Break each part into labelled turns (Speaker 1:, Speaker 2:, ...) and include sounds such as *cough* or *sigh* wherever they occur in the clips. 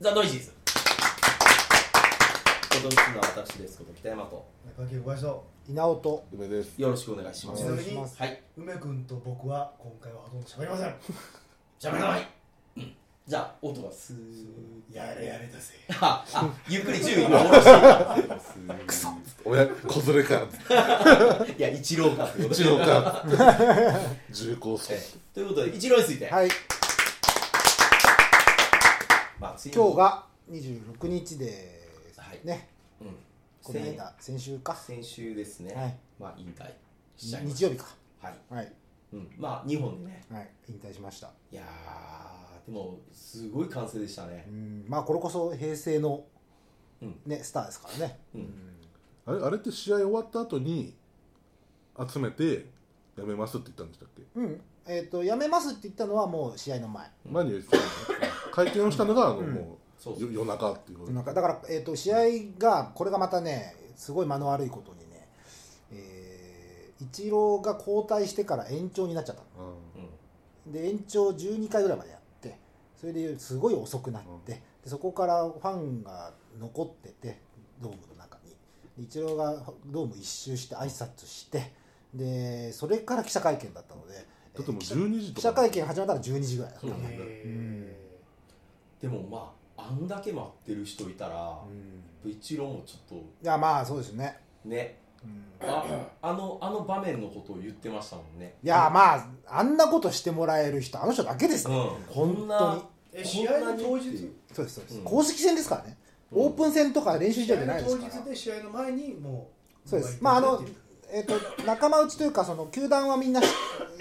Speaker 1: ザ・ノイジーズ
Speaker 2: ことにするのは私ですこと北山と
Speaker 3: 中継ご挨拶
Speaker 4: 稲尾と
Speaker 5: 梅です。
Speaker 2: よろしくお願いしま
Speaker 3: ち
Speaker 2: す
Speaker 3: な
Speaker 4: お
Speaker 3: み
Speaker 4: 願いし
Speaker 3: に
Speaker 4: ます
Speaker 2: はい
Speaker 3: 梅君と僕は今回はほとんど喋りま
Speaker 4: *laughs*
Speaker 3: せん
Speaker 2: じゃあ目の前じゃあ音がスー
Speaker 3: やれやれだぜ
Speaker 2: *laughs* ああゆっくり注意を下ろしてクソ
Speaker 5: 親子連れか、
Speaker 2: *laughs* いや一郎かってこと
Speaker 5: 一郎か、重厚そ
Speaker 2: え
Speaker 5: う。
Speaker 2: えということで一郎について、
Speaker 4: はい
Speaker 2: まあ、ついに
Speaker 4: 今日が26日です
Speaker 2: はい
Speaker 4: ね
Speaker 2: うん
Speaker 4: この間先週か
Speaker 2: 先週ですね、
Speaker 4: はい
Speaker 2: まあ引退しちゃいまし
Speaker 4: 日曜日か
Speaker 2: たはい、
Speaker 4: はい
Speaker 2: うん、まあ日本でね
Speaker 4: はい引退しました
Speaker 2: いやーでもすごい完成でしたね
Speaker 4: うんまあこれこそ平成の
Speaker 2: うん
Speaker 4: ねスターですからね
Speaker 2: うん
Speaker 5: あれ、あれって試合終わった後に、集めて、やめますって言ったんでしたっけ
Speaker 4: うんえっと辞めますって言ったのはもう試合の前
Speaker 5: 前に言ってたの会見をしたのが、あの、も
Speaker 2: そう
Speaker 5: う、よ夜中っていうこと
Speaker 4: なんかだから、えー、と試合がこれがまたねすごい間の悪いことにね、えー、イチローが交代してから延長になっちゃった
Speaker 5: うん
Speaker 4: ので延長12回ぐらいまでやってそれですごい遅くなって、でそこからファンが残っててドームの中にでイチローがドーム一周して挨拶してでそれから記者会見だったので
Speaker 5: だって
Speaker 4: えー
Speaker 5: もう
Speaker 4: 記者
Speaker 5: 12時
Speaker 4: 記
Speaker 5: と
Speaker 4: 者
Speaker 5: か
Speaker 4: 会見始まったら12時ぐらいだった
Speaker 2: そう
Speaker 4: ね、
Speaker 2: ねでもまああんだけ待ってる人いたら
Speaker 4: う、ん
Speaker 2: 一郎もちょっ
Speaker 4: いやまあそうですね、
Speaker 2: とね
Speaker 4: うん
Speaker 2: ああのあの場面のことを言ってましたもんね
Speaker 4: いやーまああんなことしてもらえる人あの人だけです
Speaker 2: うん
Speaker 4: ね、
Speaker 2: こんなこ
Speaker 3: え
Speaker 2: ん
Speaker 3: 試
Speaker 2: な
Speaker 3: 合
Speaker 2: に
Speaker 3: の当
Speaker 2: ってい
Speaker 3: 日
Speaker 2: う
Speaker 4: そうですそうです、
Speaker 2: うん
Speaker 4: 公式戦ですからね
Speaker 2: うん
Speaker 4: オープン戦とか練習
Speaker 3: 試
Speaker 4: 試合
Speaker 3: 合
Speaker 4: じゃな
Speaker 3: の
Speaker 4: いです
Speaker 3: 当
Speaker 4: から
Speaker 3: 日で試合の前にもう
Speaker 4: そうです
Speaker 3: も
Speaker 4: まああ
Speaker 3: 行
Speaker 4: の
Speaker 3: ってる
Speaker 4: えっ、と仲間内というかその球団はみんな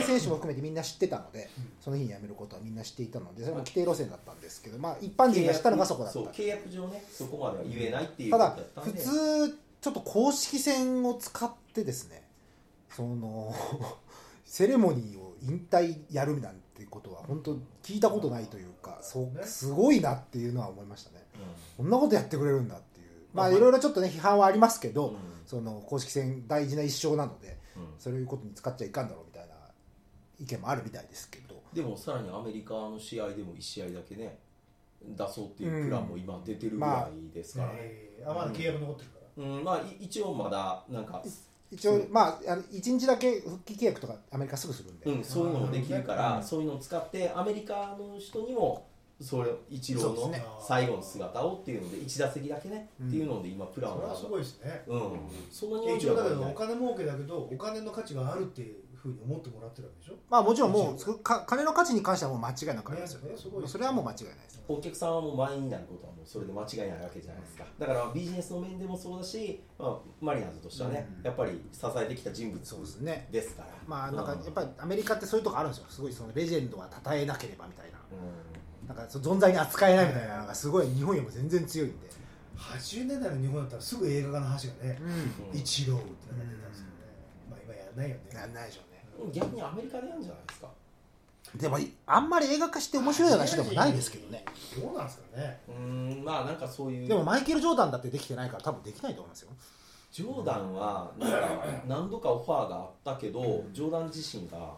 Speaker 4: 選手も含めてみんな知ってたので
Speaker 3: うん
Speaker 4: その日に辞めることはみんな知っていたのでそれも規定路線だったんですけどまあ一般人が知ったのがそこだった
Speaker 2: そう契約上ねそこまでは言えないっていう
Speaker 4: た
Speaker 2: こと
Speaker 4: だ
Speaker 2: だったん
Speaker 4: 普
Speaker 2: で
Speaker 4: 通ちょっと公式戦を使ってですねその *laughs* セレモニーを引退やるなんてことは本当聞いたことないというかそう
Speaker 3: ね
Speaker 4: すごいなっていうのは思いましたねこんなことやってくれるんだっていうまあ
Speaker 2: まあ
Speaker 4: いろいろちょっとね批判はありますけ
Speaker 2: うん
Speaker 4: ど
Speaker 2: うん
Speaker 4: その公式戦大事な一勝なので
Speaker 2: うん
Speaker 4: そういうことに使っちゃいかんだろうみたいな意見もあるみたいですけど
Speaker 2: でもさらにアメリカの試合でも1試合だけね出そうっていうプランも今出てるぐらいですからね、
Speaker 3: えーあまだ契約残ってるから
Speaker 2: うんまあい一応まだなんか、
Speaker 4: 一応まああの1日だけ復帰契約とかアメリカすぐするんで
Speaker 2: うん、そういうのもできるから、
Speaker 3: うん
Speaker 2: そういうのを使ってアメリカの人にもそれ一郎
Speaker 4: そう
Speaker 2: の
Speaker 4: です
Speaker 3: ね
Speaker 2: 最後の姿をっていうので1打席だけね、
Speaker 4: うん
Speaker 2: っていうので今プラン
Speaker 3: それは
Speaker 2: を
Speaker 3: すごいですね
Speaker 2: うん、その
Speaker 3: 一応だけどお
Speaker 2: ね
Speaker 3: 金儲けだけどお金の価値があるっていうふうに思ってもらってるわけでしょ
Speaker 4: まあもちろんもうそか金の価値に関してはもう間違いなくありますよね
Speaker 3: ねすごい
Speaker 4: それはもう間違いないです
Speaker 2: お客さんはもう満員になることはもうそれで間違いないわけじゃないですかだからビジネスの面でもそうだし、まあ、マリナーズとしてはね、
Speaker 4: うん
Speaker 2: やっぱり支えてきた人物
Speaker 4: そうですね
Speaker 2: ですから
Speaker 4: まあなんかやっ
Speaker 2: り、
Speaker 4: ぱりアメリカってそういうとこあるんですよすごいそのレジェンドは称えなければみたいな
Speaker 2: う
Speaker 4: なんかその存在に扱えないみたいなのがすごい日本よりも全然強いんで
Speaker 3: 80年代の日本だったらすぐ映画化の話がね
Speaker 4: うん
Speaker 2: んうん
Speaker 3: 一郎って名前出たんですけどねまあ今やんないよね
Speaker 4: なんないでしょうね
Speaker 2: 逆にアメリカでやるんじゃないですか、
Speaker 4: でもあんまり映画化して面白いような人でもないですけどね
Speaker 3: どうなんですかね
Speaker 2: うんまあなんかそういう
Speaker 4: でもマイケル・ジョーダンだってできてないから多分できないと思いますよ
Speaker 2: ジョーダンはなんか何度かオファーがあったけど、ジョーダン自身が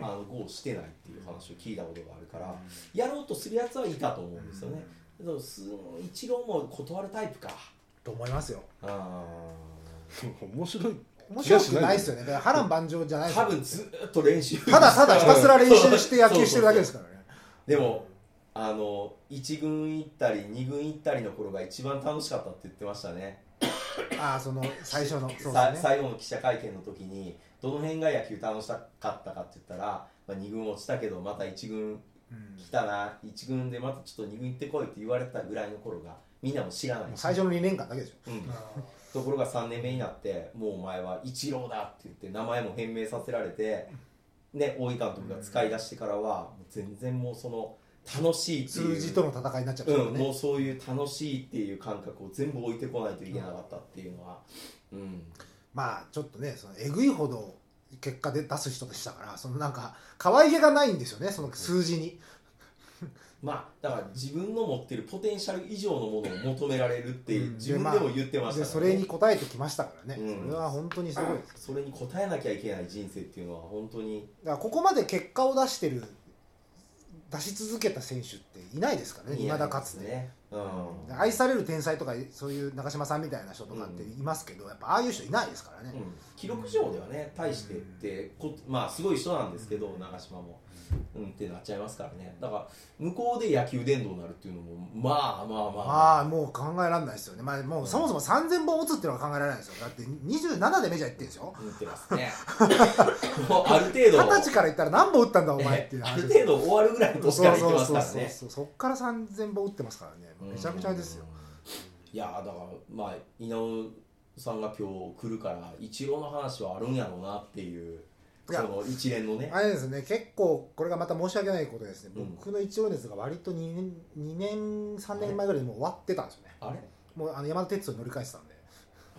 Speaker 2: あのゴーしてないっていう話を聞いたことがあるから、やろうとするやつはいたと思うんですよね。でもす一郎も断るタイプか。
Speaker 4: と思いますよ
Speaker 2: あ
Speaker 5: 面白い。
Speaker 4: 面白くないですよねだから波乱万丈じゃない
Speaker 2: ー
Speaker 4: です
Speaker 2: 多
Speaker 4: よ
Speaker 2: 分ずっと練習。
Speaker 4: ただただひたすら練習して野球してるだけですからね
Speaker 2: でもあの一軍行ったり二軍行ったりの頃が一番楽しかったって言ってましたね。
Speaker 4: ああその最初のそう
Speaker 2: さ
Speaker 4: ですね
Speaker 2: 最後の記者会見の時にどの辺が野球楽しかったかって言ったら、まあ、二軍落ちたけどまた一軍
Speaker 4: うん
Speaker 2: 来たな1軍でまたちょっと2軍行ってこいって言われたぐらいの頃がみんなも知らない
Speaker 4: もう最初の2年間だけでし
Speaker 2: う
Speaker 4: ょ
Speaker 2: ん
Speaker 3: まあ
Speaker 2: ところが3年目になってもうお前はイチローだって言って名前も変名させられて、ね、大井監督が使い出してからはもう全然もうその楽しいっていう
Speaker 4: 数字との戦いになっちゃう
Speaker 2: うん、
Speaker 4: ね、
Speaker 2: もうそういう楽しいっていう感覚を全部置いてこないといけなかったっていうのは、うん、
Speaker 4: まあちょっとねそのえぐいほど結果で出す人でしたからそのなんか可愛げがないんですよねその数字に
Speaker 2: まあだから自分の持ってるポテンシャル以上のものを求められるって
Speaker 4: うん
Speaker 2: 自分でも言ってましたか
Speaker 4: で
Speaker 2: ら
Speaker 4: それに応えてきましたからね、
Speaker 2: うん
Speaker 4: それは本当にすごいです
Speaker 2: それに応えなきゃいけない人生っていうのは本当に
Speaker 4: だからここまで結果を出してる出し続けた選手っていないですからねいまだかつて、
Speaker 2: ね、うん
Speaker 4: で愛される天才とかそういう長嶋さんみたいな人とかっていますけど、やっぱああいう人いないですからね、
Speaker 2: うん記録上ではね大してってこまあすごい人なんですけど長嶋も、うん、ってなっちゃいますからねだから向こうで野球殿堂になるっていうのもまあまあまあ、
Speaker 4: まあもう考えられないですよね、まあ、もうそもそも3000本打つっていうのは考えられないですよだって27でメジャー行ってるんですよ
Speaker 2: 言ってますねもうある程度
Speaker 4: 二十歳から言ったら何本打ったんだお前っていう
Speaker 2: あ
Speaker 4: 話
Speaker 2: る
Speaker 4: です
Speaker 2: 程度終わるぐらいの年からいってますからね
Speaker 4: そうそうそうそうそっから3000本打ってますからねめちゃくちゃですよ
Speaker 2: いやーだからまあ稲尾さんが今日来るから一郎の話はあるんやろうなっていう
Speaker 4: い
Speaker 2: そ
Speaker 4: や
Speaker 2: の一連のね
Speaker 4: あれですね結構これがまた申し訳ないことですね、
Speaker 2: うん
Speaker 4: 僕の一応熱が割と2年2年3年前ぐらいでもう終わってたんですよね
Speaker 2: あれ
Speaker 4: もうあの山田哲人に乗り換えてたんで、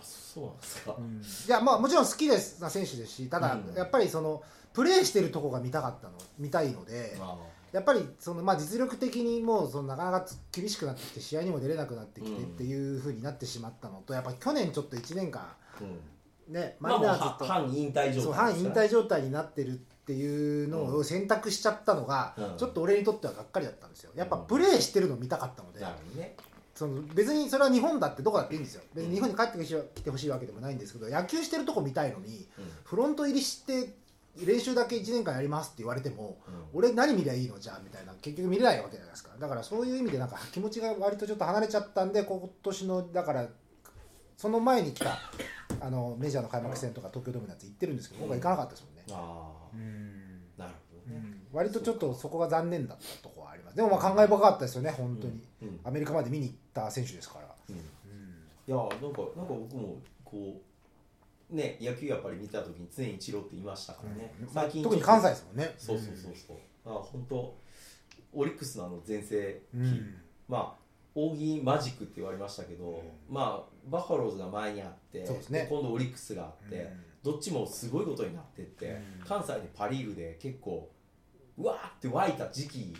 Speaker 2: あそうなんですか、
Speaker 4: いやまあもちろん好きですな選手ですしただ、
Speaker 2: うん
Speaker 4: やっぱりそのプレーしてるとこが見たかったの見たいので、
Speaker 2: ま
Speaker 4: やっぱりその、まあ、実力的にもうそのなかなか厳しくなってきて試合にも出れなくなってきて
Speaker 2: う
Speaker 4: っ
Speaker 2: ん
Speaker 4: ていうふうになってしまったのとやっぱ去年ちょっと1年間
Speaker 2: あ、うん、
Speaker 4: ね
Speaker 2: まあ
Speaker 4: マイ
Speaker 2: もう
Speaker 4: ナー
Speaker 2: は
Speaker 4: ズと、
Speaker 2: 半引退
Speaker 4: そう
Speaker 2: 状態
Speaker 4: 反
Speaker 2: で
Speaker 4: 引
Speaker 2: すから
Speaker 4: 退状態になってるっていうの
Speaker 2: う
Speaker 4: を選択しちゃったのが、
Speaker 2: うん
Speaker 4: ちょっと俺にとってはがっかりだったんですよやっぱプレーしてるの見たかったので、
Speaker 2: なるほどね
Speaker 4: その別にそれは日本だってどこだっていいんですよ別に日本に帰ってきてほしいわけでもないんですけど野球してるとこ見たいのに
Speaker 2: うん
Speaker 4: フロント入りして練習だけ1年間やりますって言われても
Speaker 2: うん
Speaker 4: 俺何見りゃいいのじゃあみたいな結局見れないわけじゃないですかだからそういう意味でなんか気持ちが割とちょっと離れちゃったんで今年のだからその前に来たあのメジャーの開幕戦とか東京ドームのやつ行ってるんですけど今回行かなかったですもんね
Speaker 2: ああなるほどね、
Speaker 4: 割とちょっとそこが残念だったところはありますでもまあ感慨深かったですよね本当に、
Speaker 2: うんうん
Speaker 4: アメリカまで見に行った選手ですから、
Speaker 2: うんいやなんかなんか僕もこうね野球やっぱり見た時に常に一郎っていましたからね、最近
Speaker 4: 特に関西
Speaker 2: ち
Speaker 4: ですもんね
Speaker 2: ょっとそうそうそうそう、あ本当オリックスのあの前世期、
Speaker 4: うん
Speaker 2: まあ扇マジックって言われましたけど、まあバファローズが前にあって
Speaker 4: そうですね
Speaker 2: 今度オリックスがあって、どっちもすごいことになってって、
Speaker 4: うん
Speaker 2: 関西でパ・リーグで結構うわーって湧いた時期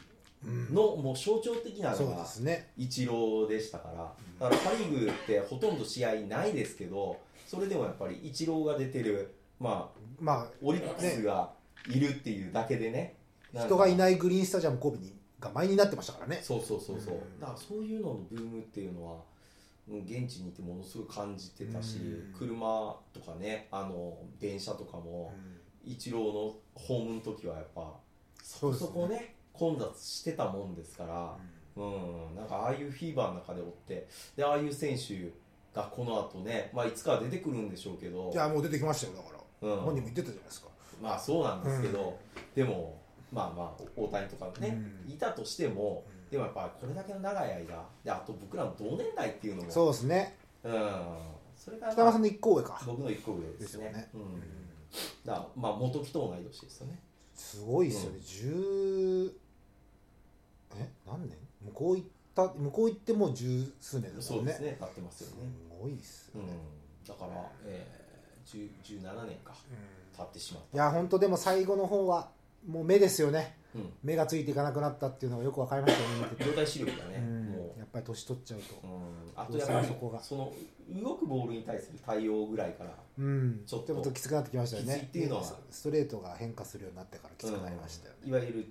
Speaker 2: の、もう象徴的な
Speaker 4: そ
Speaker 2: の
Speaker 4: うで
Speaker 2: が
Speaker 4: すね
Speaker 2: イチローでしたから、だからパ・リーグってほとんど試合ないですけど、それでもやっぱりイチローが出てる、まあ、
Speaker 4: ま
Speaker 2: オリックスがいるっていうだけでね、
Speaker 4: あ人がい
Speaker 2: い、
Speaker 4: ないグリーンスタジアム神戸にが前になってましたからね
Speaker 2: そうそうそうそう、
Speaker 4: うん
Speaker 2: だからそういうののブームっていうのは、うん現地にいてものすごい感じてたし、
Speaker 4: うん
Speaker 2: 車とかね、あの電車とかも、イチローのホームの時はやっぱ、
Speaker 4: そうです
Speaker 2: そ
Speaker 4: ね
Speaker 2: こね、混雑してたもんですから。うん、なんかああいうフィーバーの中で追ってでああいう選手がこの後ね、まあ、いつかは出てくるんでしょうけど
Speaker 4: いやもう出てきましたよだから
Speaker 2: うん、
Speaker 4: 本人も言ってたじゃないですか
Speaker 2: まあそうなんですけど、でもまあまあ大谷とかね、
Speaker 4: うん
Speaker 2: いたとしても
Speaker 4: うん
Speaker 2: でもやっぱりこれだけの長い間であと僕らの同年代っていうのも
Speaker 4: そうですね
Speaker 2: う、ん、それが、
Speaker 4: 北村さん
Speaker 2: ま
Speaker 4: の一個上か
Speaker 2: あ僕の一個上ですね
Speaker 4: ですよね
Speaker 2: うんだからまあ元木と同い年ですよね
Speaker 4: すごいですよね10え何年向こう行った向こう行ってもう十数年です
Speaker 2: そ
Speaker 4: も
Speaker 2: うんで
Speaker 4: ね
Speaker 2: すねなってます
Speaker 4: す
Speaker 2: よね、
Speaker 4: ごいです
Speaker 2: う
Speaker 4: よ
Speaker 2: ん
Speaker 4: ね、
Speaker 2: だから、えー、10 17年か経ってしまった
Speaker 4: いや本当でも最後の方はもう目ですよね
Speaker 2: うん
Speaker 4: 目がついていかなくなったっていうのがよくわかりましたよね見てて
Speaker 2: 状態視力がね、
Speaker 4: うん
Speaker 2: も
Speaker 4: やっぱり年取っちゃうと
Speaker 2: う、うん、あとやっぱり
Speaker 4: そこが
Speaker 2: その動くボールに対する対応ぐらいから、
Speaker 4: うん、
Speaker 2: ちょっと
Speaker 4: でもきつくなってきましたよね
Speaker 2: きついっていうのは
Speaker 4: スストレートが変化するようになってからきつくなりましたよ
Speaker 2: い
Speaker 4: ね、
Speaker 2: わゆる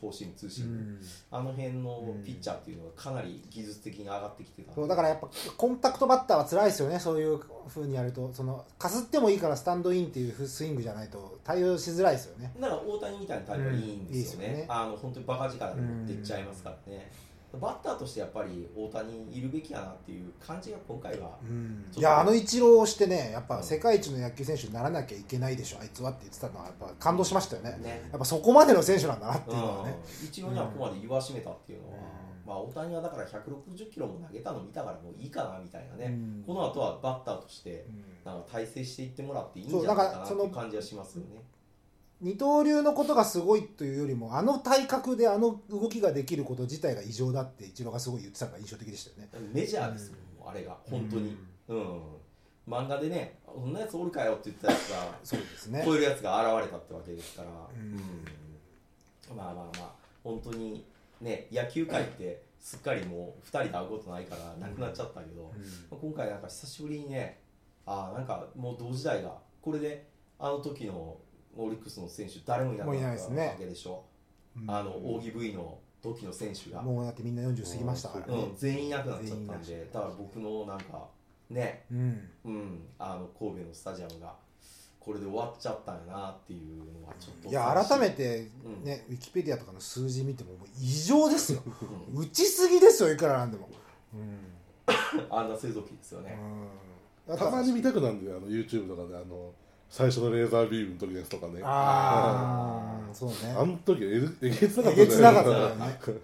Speaker 2: フォーシーム、ツーシー
Speaker 4: う
Speaker 2: ム、
Speaker 4: ん
Speaker 2: あの辺のピッチャーっていうのがかなり技術的に上がってきてたんで
Speaker 4: そうだからやっぱコンタクトバッターは辛いですよねそういうふうにやるとそのかすってもいいからスタンドインっていうスイングじゃないと対応しづらいですよね
Speaker 2: だから大谷みたいなタイプはいいんですよね,、
Speaker 4: うんいいですよね
Speaker 2: あの本当にバカ力で持っていっちゃいますからね、バッターとしてやっぱり大谷いるべきやなっていう感じが今回は、ちょっと
Speaker 4: いやあのイチローをしてねやっぱ世界一の野球選手にならなきゃいけないでしょあいつはって言ってたのはやっぱ感動しましたよね
Speaker 2: ね
Speaker 4: やっぱそこまでの選手なんだなっていうのはね、
Speaker 2: うん、一応にはここまで言わしめたっていうのは、
Speaker 4: うん
Speaker 2: まあ、大谷はだから160キロも投げたの見たからもういいかなみたいなね、
Speaker 4: うん
Speaker 2: この後はバッターとして
Speaker 4: うん
Speaker 2: なんか体制していってもらっていいんじゃないかなっていう感じはしますよね。
Speaker 4: 二刀流のことがすごいというよりもあの体格であの動きができること自体が異常だってイチローがすごい言ってたのが印象的でしたよね
Speaker 2: メジャーですもん、あれが本当に、うん漫画でね「そんなやつおるかよ」って言ってたやつが
Speaker 4: そうですね
Speaker 2: 超えるやつが現れたってわけですから、
Speaker 4: ん
Speaker 2: うんまあまあまあ本当にね野球界ってすっかりもう2人で会うことないからなくなっちゃったけど、まあ今回なんか久しぶりにねあーなんかもう同時代がこれであの時のオリックスの選手誰もいなか
Speaker 4: もうい
Speaker 2: っ
Speaker 4: ないです
Speaker 2: た
Speaker 4: ね
Speaker 2: わけでしょあの扇 V の時の選手が、
Speaker 4: もうだってみんな40過ぎましたから
Speaker 5: う
Speaker 4: ね
Speaker 2: うん、全員いなくなっちゃったん
Speaker 4: 全員いな
Speaker 2: で
Speaker 4: く
Speaker 2: だから僕のなんかね、
Speaker 4: うん
Speaker 2: うん、あの神戸のスタジアムがこれで終わっちゃったんやなっていうのはちょっと
Speaker 4: いや改め
Speaker 2: て、
Speaker 4: て
Speaker 2: うん
Speaker 4: ね、ウィキペディアとかの数字見てももう異常です
Speaker 2: *laughs*
Speaker 4: よ
Speaker 2: うん
Speaker 4: 打ちすぎですよいくらなんでもうん
Speaker 2: あんな製造機ですよね、
Speaker 4: うん
Speaker 5: たまに見たくなるんだよあの YouTube とかであの最初のレーザービームの時のやつとかねあ
Speaker 4: ああそうね
Speaker 5: の時えぐえげつなかった
Speaker 4: えげつなかった
Speaker 5: じゃ
Speaker 4: よ
Speaker 5: い
Speaker 4: ね
Speaker 5: です
Speaker 2: う
Speaker 5: か
Speaker 2: ん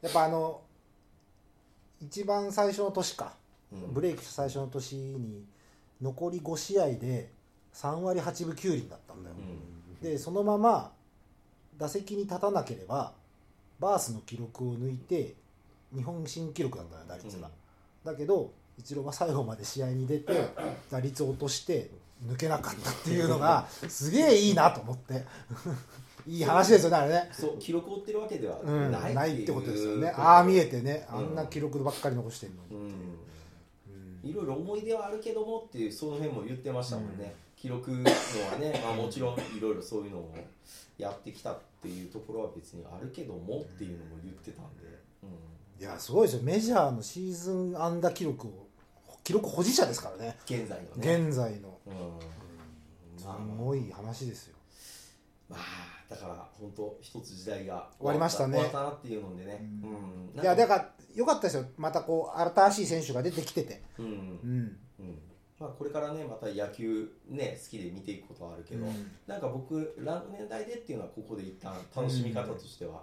Speaker 4: やっぱあの一番最初の年か
Speaker 2: うん
Speaker 4: ブレイクした最初の年に残り5試合で3割8分9厘だったんだよ、でそのまま打席に立たなければバースの記録を抜いて日本新記録だったんだよ打率が、だけどイチローは最後まで試合に出て打率を落として抜けなかったっていうのがすげえいいなと思って *laughs* いい話ですよねあれね
Speaker 2: そう記録を追ってるわけでは
Speaker 4: うん、
Speaker 2: ない,、
Speaker 4: ないってことですよねああ見え
Speaker 2: て
Speaker 4: てね
Speaker 2: うん
Speaker 4: あんな記録ばっかり残してるの
Speaker 2: う
Speaker 4: に、
Speaker 2: ん
Speaker 4: うん
Speaker 2: いろいろ思い出はあるけどもっていうその辺も言ってましたもんね、
Speaker 4: うん
Speaker 2: 記録のはね、まあ、もちろんいろいろそういうのをやってきたっていうところは別にあるけどもっていうのも言ってたんで、うん、
Speaker 4: いやすごいですよメジャーのシーズン安打記録を記録保持者ですからね
Speaker 2: 現在のね
Speaker 4: 現在の
Speaker 2: うん
Speaker 4: す
Speaker 2: まあ
Speaker 4: ごい話ですよ
Speaker 2: まあだから本当一つ時代が
Speaker 4: 終わりましたね
Speaker 2: 終わったなっていうのでね、
Speaker 4: う
Speaker 2: うん
Speaker 4: いやだからよかったですよまたこう新しい選手が出てきてて
Speaker 2: うん
Speaker 4: うん
Speaker 2: うんまあ、これからねまた野球ね好きで見ていくことはあるけど、
Speaker 4: うん
Speaker 2: なんか僕らの年代でっていうのはここで一旦楽しみ方としては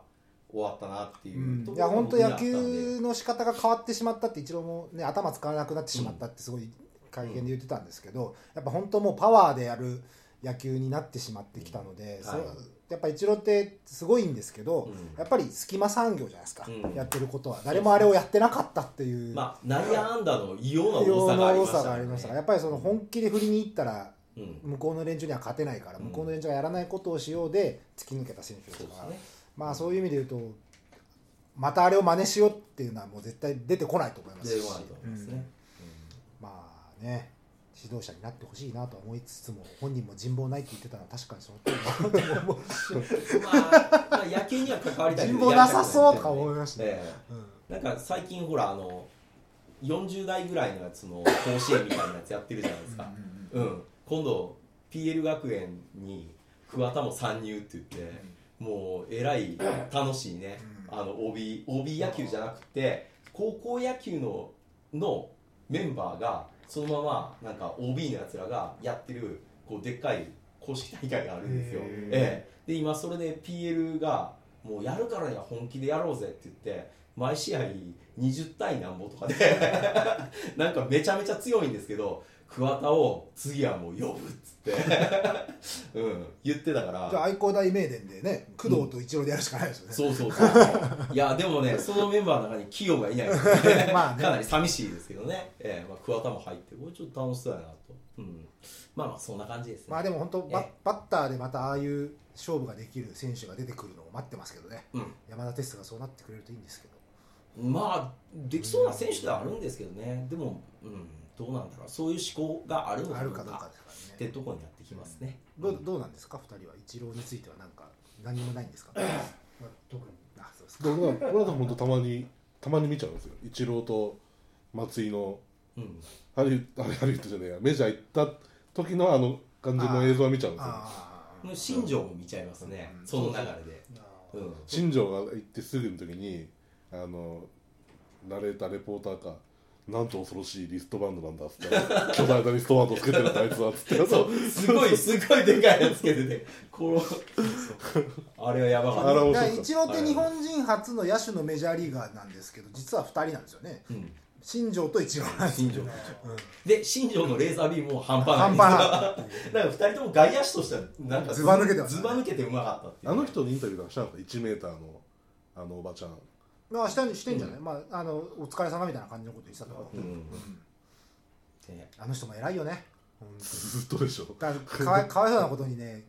Speaker 2: 終わったなっていうと
Speaker 4: い
Speaker 2: こ
Speaker 4: や
Speaker 2: ろが
Speaker 4: 本
Speaker 2: 僕
Speaker 4: 当
Speaker 2: にはあ
Speaker 4: 野
Speaker 2: ったんで、
Speaker 4: 球の仕方が変わってしまったって一郎もね頭使わなくなってしまったってすごい会見で言ってたんですけどやっぱ本当もうパワーでやる野球になってしまってきたので、
Speaker 2: ん
Speaker 4: そう
Speaker 2: はい
Speaker 4: やっぱ一郎ってすごいんですけど、
Speaker 2: うん
Speaker 4: やっぱり隙間産業じゃないですか、
Speaker 2: うん
Speaker 4: やってることは誰もあれをやってなかったっていう
Speaker 2: まあ内野安打の異様な
Speaker 4: 必要
Speaker 2: 重さが
Speaker 4: な
Speaker 2: あり
Speaker 4: 多
Speaker 2: まし
Speaker 4: さ
Speaker 2: た
Speaker 4: がありましたからやっぱりその本気で振りに行ったら
Speaker 2: うん、
Speaker 4: 向こうの連中には勝てないから、
Speaker 2: うん
Speaker 4: 向こうの連中がやらないことをしようで突き抜けた選手
Speaker 2: そ
Speaker 4: と
Speaker 2: うで
Speaker 4: か
Speaker 2: すね
Speaker 4: まあそういう意味で言うとまたあれを真似しようっていうのはもう絶対出てこないと思います
Speaker 2: で
Speaker 4: し
Speaker 2: はないと思いますね、
Speaker 4: うんまあね指導者になってほしいなとは思いつつも本人も人望ないって言ってたのは確かにその通りだなと思う
Speaker 2: *laughs*
Speaker 4: し
Speaker 2: まあ、まあ野球には関わりたい
Speaker 4: 人望なさそうとか思いましたね、
Speaker 2: ええなんか最近ほらあの40代ぐらいのやつの甲子園みたいなやつやってるじゃないですかうん、今度 PL 学園に桑田も参入って言って、もうえらい楽しいね、あの OB, OB 野球じゃなくて高校野球ののメンバーがそのままなんか OB のやつらがやってるこうでっかい公式大会があるんですよ、
Speaker 3: へー
Speaker 2: ええ、で今それで PL がもうやるからには本気でやろうぜって言って毎試合20対なんぼとかで *laughs* なんかめちゃめちゃ強いんですけど桑田を次はもう呼ぶっつって *laughs* うん言ってたから
Speaker 4: じゃあ愛工大名電でね工藤と一郎でやるしかないですよね、
Speaker 2: そうそうそうそういやでもねそのメンバーの中に清がいないですね
Speaker 4: *laughs* まあね
Speaker 2: かなり寂しいですけどね、ええまあ、桑田も入ってこれちょっと楽しそうやなと、うん、まあまあそんな感じですね、
Speaker 4: まあでも本当
Speaker 2: え
Speaker 4: バ
Speaker 2: え
Speaker 4: バッターでまたああいう勝負ができる選手が出てくるのを待ってますけどね、
Speaker 2: うん
Speaker 4: 山田テストがそうなってくれるといいんですけど
Speaker 2: まあできそうな選手ではあるんですけどねでも、うん、どうなんだろうそういう思考があるの
Speaker 4: あ
Speaker 2: か
Speaker 4: る
Speaker 2: どう
Speaker 4: か
Speaker 2: か
Speaker 4: どうかです
Speaker 2: っ
Speaker 4: から
Speaker 2: て
Speaker 4: ね
Speaker 2: とこになってきますね、
Speaker 4: どうどうなんですか二人は一郎についてはなんか何もないんですか
Speaker 3: まあ特に
Speaker 4: あそうですか
Speaker 5: で俺なんか俺なんか本当たまにたまに見ちゃうんですよイチローと松井の
Speaker 2: うん、
Speaker 5: ハリウッドあれハリウッドじゃねえやメジャー行った時のあの感じの映像は見ちゃうんですよ
Speaker 4: ああ
Speaker 2: もう新庄も見ちゃいますね、
Speaker 4: うん
Speaker 2: その流れで、
Speaker 3: あ
Speaker 2: う
Speaker 3: ー
Speaker 2: ん、
Speaker 5: 新庄が行ってすぐの時にあのナレーターレポーターかなんと恐ろしいリストバンドなんだっつって *laughs* 巨大なリストバンドつけてるんだあいつはっつって
Speaker 2: そうすごいすごいでかいやつけててこのあれはやばか
Speaker 5: あ
Speaker 2: っ
Speaker 5: ら
Speaker 2: た、
Speaker 5: 面
Speaker 4: だ
Speaker 5: 白
Speaker 4: か
Speaker 5: い
Speaker 4: ら一郎って日本人初の野手のメジャーリーガーなんですけど実は二人なんですよね
Speaker 2: うん、
Speaker 4: *laughs* 新庄と一郎なんです
Speaker 2: 新
Speaker 4: け
Speaker 2: 庄
Speaker 4: ど、
Speaker 2: で新庄のレーザービームも半端ない
Speaker 4: 半
Speaker 2: です
Speaker 4: 端ない
Speaker 2: *laughs* なんか2人とも外野手としてはなんか
Speaker 4: ずば抜けてます
Speaker 2: ずば抜けてうまかったっていう
Speaker 5: あの人のインタビューなんかしたんですか1メーターのあのおばちゃん
Speaker 4: まあ下にしてんじゃない、まああのお疲れ様みたいな感じのこと言ってたと
Speaker 2: うん、ね
Speaker 4: あの人も偉いよね
Speaker 5: ずっとでしょ
Speaker 4: だからかわいかわいそうなことにね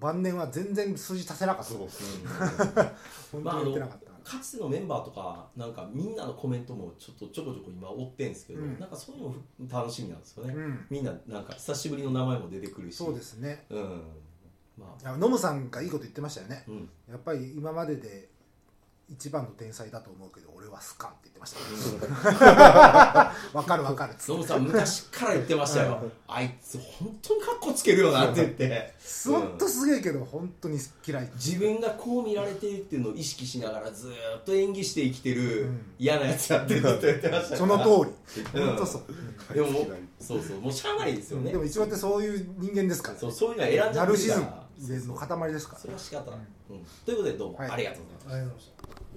Speaker 4: 晩年は全然数字足せなかった
Speaker 5: そう
Speaker 2: *laughs*
Speaker 4: 本
Speaker 2: まあ
Speaker 4: 当
Speaker 2: あ
Speaker 4: に言ってな
Speaker 2: の
Speaker 4: かった、
Speaker 2: かつてのメンバーとかなんかみんなのコメントもちょっとちょこちょこ今追ってんですけど、
Speaker 4: うん
Speaker 2: なんかそういうのも楽しみなんですよね、
Speaker 4: うん
Speaker 2: みんななんか久しぶりの名前も出てくるし
Speaker 4: そうですね
Speaker 2: うんまあ
Speaker 4: あノムさんがいいこと言ってましたよね
Speaker 2: うん
Speaker 4: やっぱり今までで一番の天才だと思うけど俺はスカンって言ってましたねわかるわかるっつ
Speaker 2: ノ
Speaker 4: って
Speaker 2: ブさん昔から言ってましたよあいつ本当にカッコつけるよなって言って
Speaker 4: ほんとすげえけど本当に嫌い
Speaker 2: 自分がこう見られてるっていうのを意識しながらずーっと演技して生きてる
Speaker 4: うん
Speaker 2: 嫌なやつだってずっと言ってました
Speaker 4: その
Speaker 2: り
Speaker 4: 通り
Speaker 2: うん
Speaker 4: 本当そう、
Speaker 2: でも
Speaker 5: 大好きな
Speaker 2: そうそうもうしゃあないですよね
Speaker 4: でも一応ってそういう人間ですから、
Speaker 2: そうそういうのは選んじゃってるから
Speaker 4: ナルシズムの塊ですから
Speaker 2: それは仕方ない、うんということでどうも
Speaker 4: はい
Speaker 2: ありがとうございました
Speaker 3: ありがとうございました